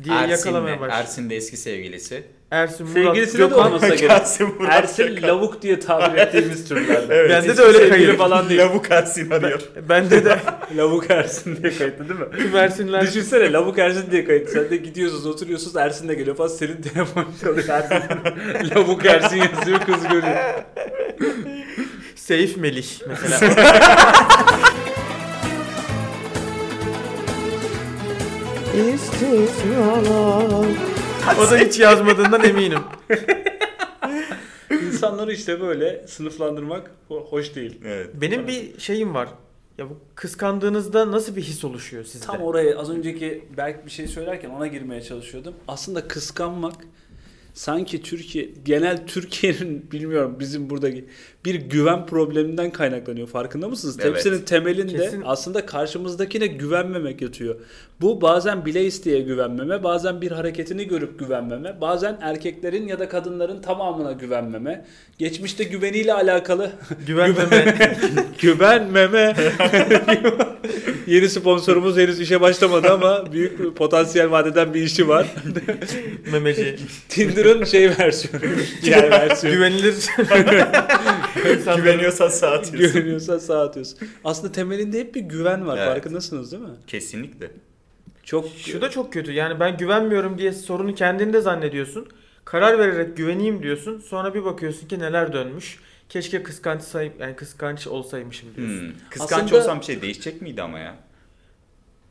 Speaker 4: diye yakalamaya
Speaker 3: Ersin'le-
Speaker 4: başladı.
Speaker 3: Ersin de eski sevgilisi.
Speaker 4: Ersin, Murat,
Speaker 2: Sevgilisi de
Speaker 4: Gökhan.
Speaker 2: olmasa gerek.
Speaker 3: Ersin Murat
Speaker 2: Ersin
Speaker 3: Gökhan.
Speaker 2: lavuk diye tabir ettiğimiz türlerden.
Speaker 3: Evet,
Speaker 4: Bende de
Speaker 3: eski
Speaker 4: öyle
Speaker 3: sevgili
Speaker 4: kayıt.
Speaker 3: falan değil. Lavuk Ersin arıyor.
Speaker 4: Bende de
Speaker 2: Lavuk Ersin diye kayıtlı değil mi?
Speaker 4: tüm Ersinler
Speaker 2: Düşünsene lavuk Ersin diye kayıtlı. Sen de gidiyorsunuz oturuyorsunuz Ersin de geliyor falan senin telefon çalıyor. Ersin, lavuk Ersin yazıyor kız görüyor.
Speaker 4: Seyif Melih mesela. o da hiç yazmadığından eminim.
Speaker 2: İnsanları işte böyle sınıflandırmak ho- hoş değil.
Speaker 3: Evet.
Speaker 4: Benim bir şeyim var. Ya bu kıskandığınızda nasıl bir his oluşuyor sizde?
Speaker 2: Tam oraya az önceki belki bir şey söylerken ona girmeye çalışıyordum. Aslında kıskanmak sanki Türkiye genel Türkiye'nin bilmiyorum bizim buradaki bir güven probleminden kaynaklanıyor. Farkında mısınız?
Speaker 3: Evet.
Speaker 2: Hepsinin temelinde
Speaker 4: Kesin.
Speaker 2: aslında karşımızdakine güvenmemek yatıyor. Bu bazen bile isteye güvenmeme, bazen bir hareketini görüp güvenmeme, bazen erkeklerin ya da kadınların tamamına güvenmeme, geçmişte güveniyle alakalı
Speaker 4: Güvenmeme.
Speaker 2: Güvenmeme. Yeni sponsorumuz henüz işe başlamadı ama büyük bir potansiyel vadeden bir işi var.
Speaker 4: memeci.
Speaker 2: Tinder'ın şey versiyonu. Diğer versiyonu.
Speaker 4: Güvenilir.
Speaker 3: Güveniyorsan sağ atıyorsun.
Speaker 2: Güveniyorsan sağ atıyorsun. Aslında temelinde hep bir güven var.
Speaker 3: Evet.
Speaker 2: Farkındasınız değil mi?
Speaker 3: Kesinlikle.
Speaker 2: Çok
Speaker 4: Şu da çok kötü. Yani ben güvenmiyorum diye sorunu kendinde zannediyorsun. Karar vererek güveneyim diyorsun. Sonra bir bakıyorsun ki neler dönmüş. Keşke kıskanç say yani kıskanç olsaymışım diyorsun.
Speaker 3: Hmm. Kıskanç
Speaker 2: Aslında-
Speaker 3: olsam bir şey değişecek miydi ama ya?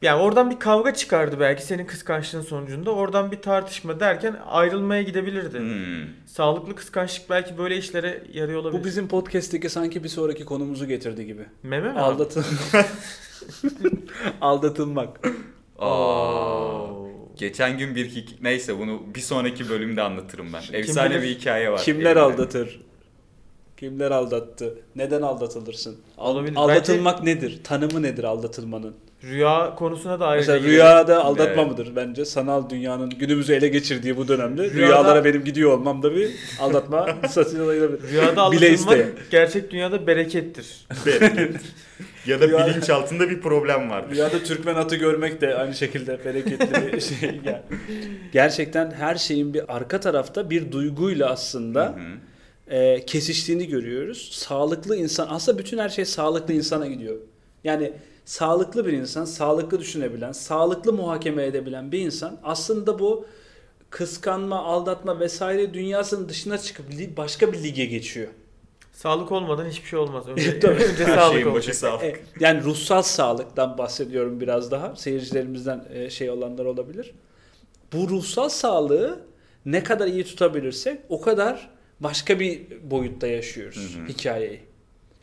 Speaker 4: Yani oradan bir kavga çıkardı belki senin kıskançlığın sonucunda. Oradan bir tartışma derken ayrılmaya gidebilirdi.
Speaker 3: Hmm.
Speaker 4: Sağlıklı kıskançlık belki böyle işlere yarıyor olabilir.
Speaker 2: bu bizim podcast'teki sanki bir sonraki konumuzu getirdi gibi.
Speaker 4: meme mi? abi?
Speaker 2: Aldatın. Aldatılmak.
Speaker 3: Aa. Geçen gün bir hik- neyse bunu bir sonraki bölümde anlatırım ben. Efsane
Speaker 4: bilir-
Speaker 3: bir hikaye var.
Speaker 2: Kimler
Speaker 3: elimde.
Speaker 2: aldatır? Kimler aldattı? Neden aldatılırsın?
Speaker 4: Olabilir.
Speaker 2: Aldatılmak nedir? Tanımı nedir aldatılmanın?
Speaker 4: Rüya konusuna da ayrıca
Speaker 2: Mesela
Speaker 4: girelim.
Speaker 2: rüyada aldatma
Speaker 3: Evet.
Speaker 2: mıdır bence? Sanal dünyanın günümüzü ele geçirdiği bu dönemde
Speaker 4: Rüyada-
Speaker 2: rüyalara benim gidiyor olmam da bir aldatma satın olabilir.
Speaker 4: Rüyada
Speaker 2: Bile
Speaker 4: aldatılmak
Speaker 2: isteye.
Speaker 4: gerçek dünyada berekettir.
Speaker 3: Bereket. ya da
Speaker 2: Rüya-
Speaker 3: bilinç altında bir problem vardır.
Speaker 2: Rüyada Türkmen atı görmek de aynı şekilde bereketli bir şey. Yani gerçekten her şeyin bir arka tarafta bir duyguyla aslında
Speaker 3: Hı.
Speaker 2: e, kesiştiğini görüyoruz. Sağlıklı insan aslında bütün her şey sağlıklı insana gidiyor. Yani sağlıklı bir insan, sağlıklı düşünebilen, sağlıklı muhakeme edebilen bir insan aslında bu kıskanma, aldatma vesaire dünyasının dışına çıkıp li- başka bir lige geçiyor.
Speaker 4: Sağlık olmadan hiçbir şey olmaz. Önce,
Speaker 2: Tabii.
Speaker 4: önce
Speaker 3: Her
Speaker 4: sağlık
Speaker 3: şeyin
Speaker 4: olacak.
Speaker 3: başı sağlık.
Speaker 2: E, yani ruhsal sağlıktan bahsediyorum biraz daha. Seyircilerimizden e, şey olanlar olabilir. Bu ruhsal sağlığı ne kadar iyi tutabilirsek o kadar başka bir boyutta yaşıyoruz
Speaker 3: Hı hı.
Speaker 2: hikayeyi.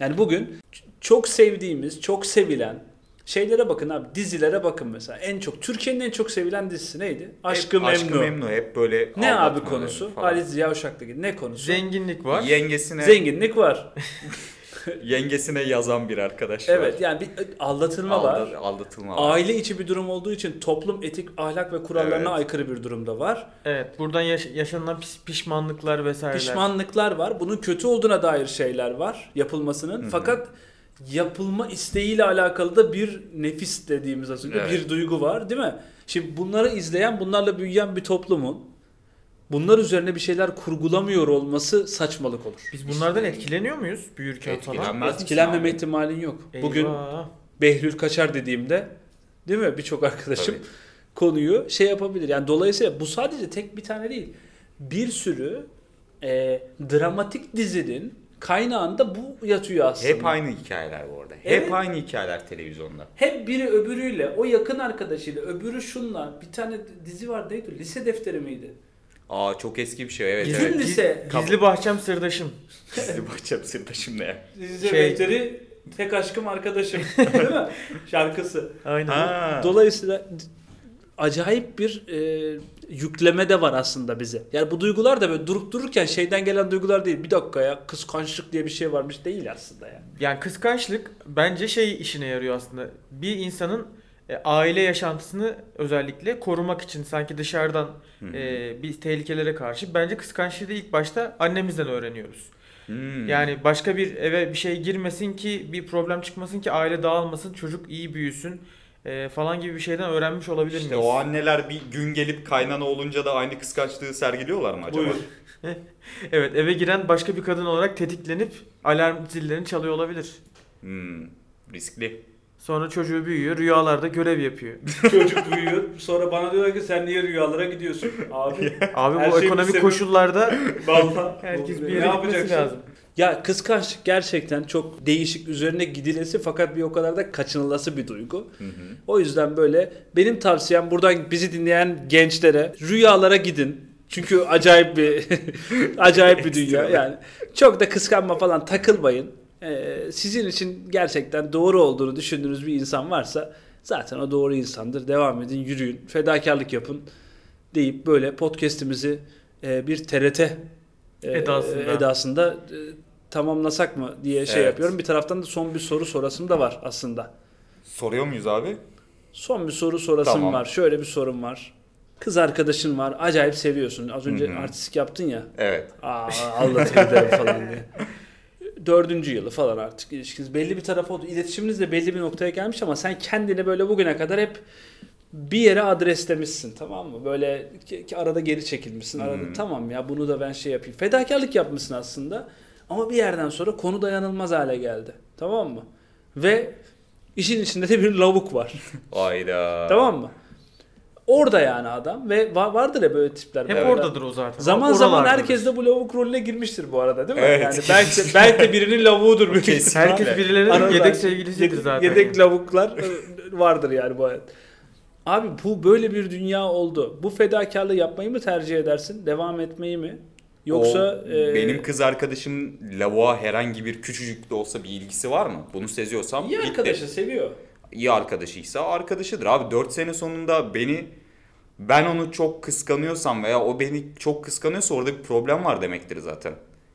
Speaker 2: Yani bugün ç- çok sevdiğimiz, çok sevilen şeylere bakın abi. Dizilere bakın mesela. En çok Türkiye'nin en çok sevilen dizisi neydi? Aşkı
Speaker 3: Hep-
Speaker 2: Memnu.
Speaker 3: hep böyle
Speaker 2: Ne abi
Speaker 3: aldatmaları
Speaker 2: konusu?
Speaker 3: falan.
Speaker 2: Ali Ziya Uşaklı gibi. Ne konusu?
Speaker 4: Zenginlik var.
Speaker 3: Yengesine
Speaker 2: Zenginlik var.
Speaker 3: yengesine yazan bir arkadaş
Speaker 2: Evet
Speaker 3: var.
Speaker 2: yani bir aldatılma var.
Speaker 3: Aldat- aldatılma var.
Speaker 2: aile içi bir durum olduğu için toplum etik ahlak ve kurallarına
Speaker 3: Evet.
Speaker 2: aykırı bir durumda var.
Speaker 4: Evet, buradan yaş- yaşanılan pis- pişmanlıklar vesaireler.
Speaker 2: Pişmanlıklar var. Bunun kötü olduğuna dair şeyler var yapılmasının.
Speaker 3: Hı hı.
Speaker 2: Fakat yapılma isteğiyle alakalı da bir nefis dediğimiz aslında
Speaker 3: Evet.
Speaker 2: bir duygu var değil mi? Şimdi bunları izleyen, bunlarla büyüyen bir toplumun bunlar üzerine bir şeyler kurgulamıyor olması saçmalık olur.
Speaker 4: Biz bunlardan etkileniyor muyuz büyürken falan?
Speaker 3: Etkilenmez misin
Speaker 2: Etkilenmeme
Speaker 3: abi?
Speaker 2: ihtimalin yok.
Speaker 4: Eyvah.
Speaker 2: Bugün Behlül kaçar dediğimde değil mi birçok arkadaşım konuyu şey yapabilir. Yani dolayısıyla bu sadece tek bir tane değil. Bir sürü e, dramatik dizinin kaynağında bu yatıyor aslında.
Speaker 3: Hep aynı hikayeler bu arada. Hep
Speaker 2: Evet.
Speaker 3: aynı hikayeler televizyonda.
Speaker 2: Hep biri öbürüyle, o yakın arkadaşıyla, öbürü şunla. Bir tane dizi var neydi? Lise defteri miydi?
Speaker 3: Aa çok eski bir şey evet.
Speaker 4: Gizli,
Speaker 2: Bizim
Speaker 3: evet.
Speaker 2: lise-
Speaker 4: gizli bahçem sırdaşım.
Speaker 3: Gizli bahçem sırdaşım ne?
Speaker 2: Lise
Speaker 4: Şey-
Speaker 2: defteri tek aşkım arkadaşım değil mi? Şarkısı.
Speaker 4: Aynen.
Speaker 3: Ha.
Speaker 2: Dolayısıyla d- acayip bir e, yükleme de var aslında bize. Yani bu duygular da böyle durup dururken şeyden gelen duygular değil. Bir dakika ya kıskançlık diye bir şey varmış değil aslında yani.
Speaker 4: Yani kıskançlık bence şey işine yarıyor aslında. Bir insanın e, aile yaşantısını özellikle korumak için sanki dışarıdan
Speaker 3: Hı.
Speaker 4: e, bir tehlikelere karşı bence kıskançlığı da ilk başta annemizden öğreniyoruz.
Speaker 3: Hmm.
Speaker 4: Yani başka bir eve bir şey girmesin ki bir problem çıkmasın ki aile dağılmasın çocuk iyi büyüsün e, falan gibi bir şeyden öğrenmiş olabilir
Speaker 3: İşte
Speaker 4: miyiz?
Speaker 3: o anneler bir gün gelip kaynana olunca da aynı kıskançlığı sergiliyorlar mı acaba?
Speaker 2: Buyur.
Speaker 4: Evet eve giren başka bir kadın olarak tetiklenip alarm zillerini çalıyor olabilir.
Speaker 3: Hmm, riskli.
Speaker 4: Sonra çocuğu büyüyor, rüyalarda görev yapıyor.
Speaker 2: Çocuk büyüyor. Sonra bana diyorlar ki sen niye rüyalara gidiyorsun? Abi
Speaker 4: Abi
Speaker 2: Her
Speaker 4: bu
Speaker 2: şeyin bir
Speaker 4: ekonomik
Speaker 2: sebebi-
Speaker 4: koşullarda
Speaker 2: vallahi
Speaker 4: herkes bir
Speaker 2: Ne
Speaker 4: yere gitmesi
Speaker 2: yapacaksın?
Speaker 4: lazım.
Speaker 2: Ya kıskançlık gerçekten çok değişik üzerine gidilesi fakat bir o kadar da kaçınılası bir duygu.
Speaker 3: Hı hı.
Speaker 2: O yüzden böyle benim tavsiyem buradan bizi dinleyen gençlere rüyalara gidin. Çünkü acayip bir acayip bir dünya
Speaker 3: Ekstrem.
Speaker 2: yani. Çok da kıskanma falan takılmayın. Ee, sizin için gerçekten doğru olduğunu düşündüğünüz bir insan varsa zaten o doğru insandır. Devam edin, yürüyün, fedakarlık yapın deyip böyle podcast'imizi e, bir TRT e,
Speaker 4: Edasında.
Speaker 2: edasında, e, tamamlasak mı diye şey
Speaker 3: Evet.
Speaker 2: yapıyorum. Bir taraftan da son bir soru sorasım da var aslında.
Speaker 3: Soruyor muyuz abi?
Speaker 2: Son bir soru sorasım
Speaker 3: Tamam.
Speaker 2: var. Şöyle bir sorum var. Kız arkadaşın var. Acayip seviyorsun. Az önce
Speaker 3: Hı hı.
Speaker 2: artistik yaptın ya.
Speaker 3: Evet.
Speaker 2: Aa anlatayım derim falan diye. Dördüncü yılı falan artık ilişkiniz. Belli bir tarafa oldu. İletişiminiz de belli bir noktaya gelmiş ama sen kendini böyle bugüne kadar hep bir yere adreslemişsin tamam mı? Böyle ki, ki arada geri çekilmişsin. Arada
Speaker 3: Hı hı.
Speaker 2: tamam ya bunu da ben şey yapayım. Fedakarlık yapmışsın aslında. Ama bir yerden sonra konu dayanılmaz hale geldi. Tamam mı? Ve işin içinde de bir lavuk var.
Speaker 3: Ayda.
Speaker 2: Tamam mı? Orada yani adam ve va- vardır ya böyle tipler.
Speaker 4: Hep
Speaker 2: böyle.
Speaker 4: oradadır o zaten.
Speaker 2: Zaman zaman
Speaker 4: Oralardadır.
Speaker 2: herkes de bu lavuk rolüne girmiştir bu arada değil mi?
Speaker 3: Evet.
Speaker 2: Yani belki de, belki de birinin lavuğudur bir
Speaker 3: Kesin.
Speaker 4: Herkes birilerinin
Speaker 2: Arada-
Speaker 4: yedek sevgilisidir zaten.
Speaker 2: Yedek lavuklar e, vardır yani bu hayat. Abi bu böyle bir dünya oldu. Bu fedakarlığı yapmayı mı tercih edersin? Devam etmeyi mi? Yoksa
Speaker 3: O,
Speaker 2: e,
Speaker 3: benim kız arkadaşım lavuğa herhangi bir küçücük de olsa bir ilgisi var mı? Bunu seziyorsam
Speaker 2: iyi
Speaker 3: bitti.
Speaker 2: arkadaşı seviyor.
Speaker 3: iyi arkadaşıysa arkadaşıdır. Abi 4 sene sonunda beni ben onu çok kıskanıyorsam veya o beni çok kıskanıyorsa orada bir problem var demektir zaten.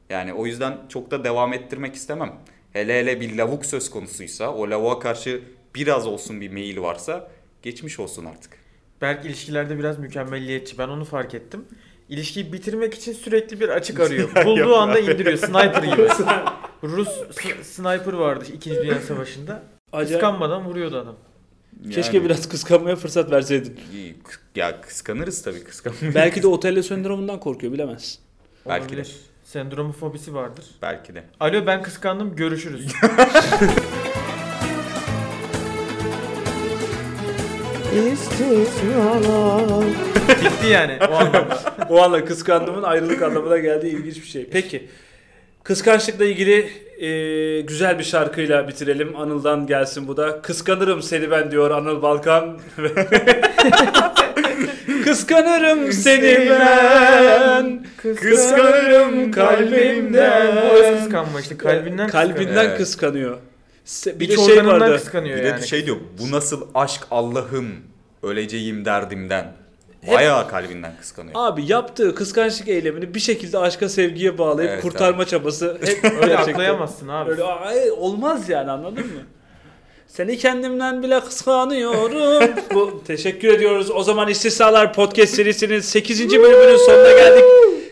Speaker 3: Yani o yüzden çok da devam ettirmek istemem. Hele hele bir lavuk söz konusuysa o lavuğa karşı biraz olsun bir meyil varsa geçmiş olsun artık.
Speaker 4: Berk ilişkilerde biraz mükemmelliyetçi. Ben onu fark ettim. İlişkiyi bitirmek için sürekli bir açık arıyor. Bulduğu anda indiriyor. Sniper gibi. Rus s- sniper vardı ikinci Dünya Savaşı'nda.
Speaker 2: Acayip.
Speaker 4: Kıskanmadan vuruyordu adam.
Speaker 2: Keşke
Speaker 3: Yani-
Speaker 2: biraz kıskanmaya fırsat verseydin.
Speaker 3: İyi, kı- Ya kıskanırız tabii kıskanmayız.
Speaker 2: belki de otelle sendromundan korkuyor bilemezsin.
Speaker 3: Belki de.
Speaker 4: Olabilir. Sendromu fobisi vardır.
Speaker 3: Belki de.
Speaker 4: Alo ben kıskandım görüşürüz.
Speaker 1: İstisnalar
Speaker 4: Bitti yani o anlamda.
Speaker 2: O anla kıskandığımın ayrılık anlamına geldiği ilginç bir şey. Peki. Kıskançlıkla ilgili e, güzel bir şarkıyla bitirelim. Anıl'dan gelsin bu da. Kıskanırım seni ben diyor Anıl Balkan. Kıskanırım seni ben. Kıskanırım
Speaker 4: Bu öz
Speaker 2: kalbimden.
Speaker 4: kıskanma işte kalbinden kıskanıyor.
Speaker 2: Kalbinden
Speaker 3: Evet.
Speaker 2: kıskanıyor. Se- Bir
Speaker 4: İç
Speaker 2: de şey
Speaker 4: organından
Speaker 2: vardı.
Speaker 4: kıskanıyor
Speaker 3: Bir de
Speaker 4: yani.
Speaker 3: şey diyor bu nasıl aşk Allah'ım öleceğim derdimden. Bayağı kalbinden kıskanıyor.
Speaker 2: Abi yaptığı kıskançlık eylemini bir şekilde aşka sevgiye bağlayıp
Speaker 3: Evet,
Speaker 2: kurtarma çabası. Hep
Speaker 4: Öyle
Speaker 2: gerçekten-
Speaker 4: aklayamazsın abi.
Speaker 2: Öyle "Aa, ay, olmaz yani anladın mı? Seni kendimden bile kıskanıyorum. Bu teşekkür ediyoruz. O zaman İstisnalar podcast serisinin 8. bölümünün sonuna geldik.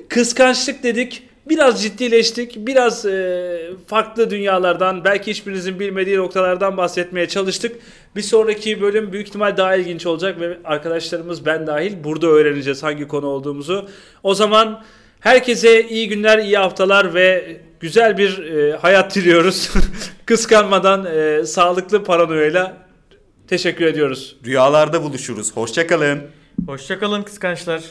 Speaker 2: Kıskançlık dedik. Biraz ciddileştik. Biraz e, farklı dünyalardan, belki hiçbirinizin bilmediği noktalardan bahsetmeye çalıştık. Bir sonraki bölüm büyük ihtimal daha ilginç olacak ve arkadaşlarımız ben dahil burada öğreneceğiz hangi konu olduğumuzu. O zaman herkese iyi günler, iyi haftalar ve güzel bir e, hayat diliyoruz. Kıskanmadan, e, sağlıklı paranoyayla teşekkür ediyoruz.
Speaker 3: Rüyalarda buluşuruz. Hoşçakalın.
Speaker 4: Hoşçakalın kıskançlar.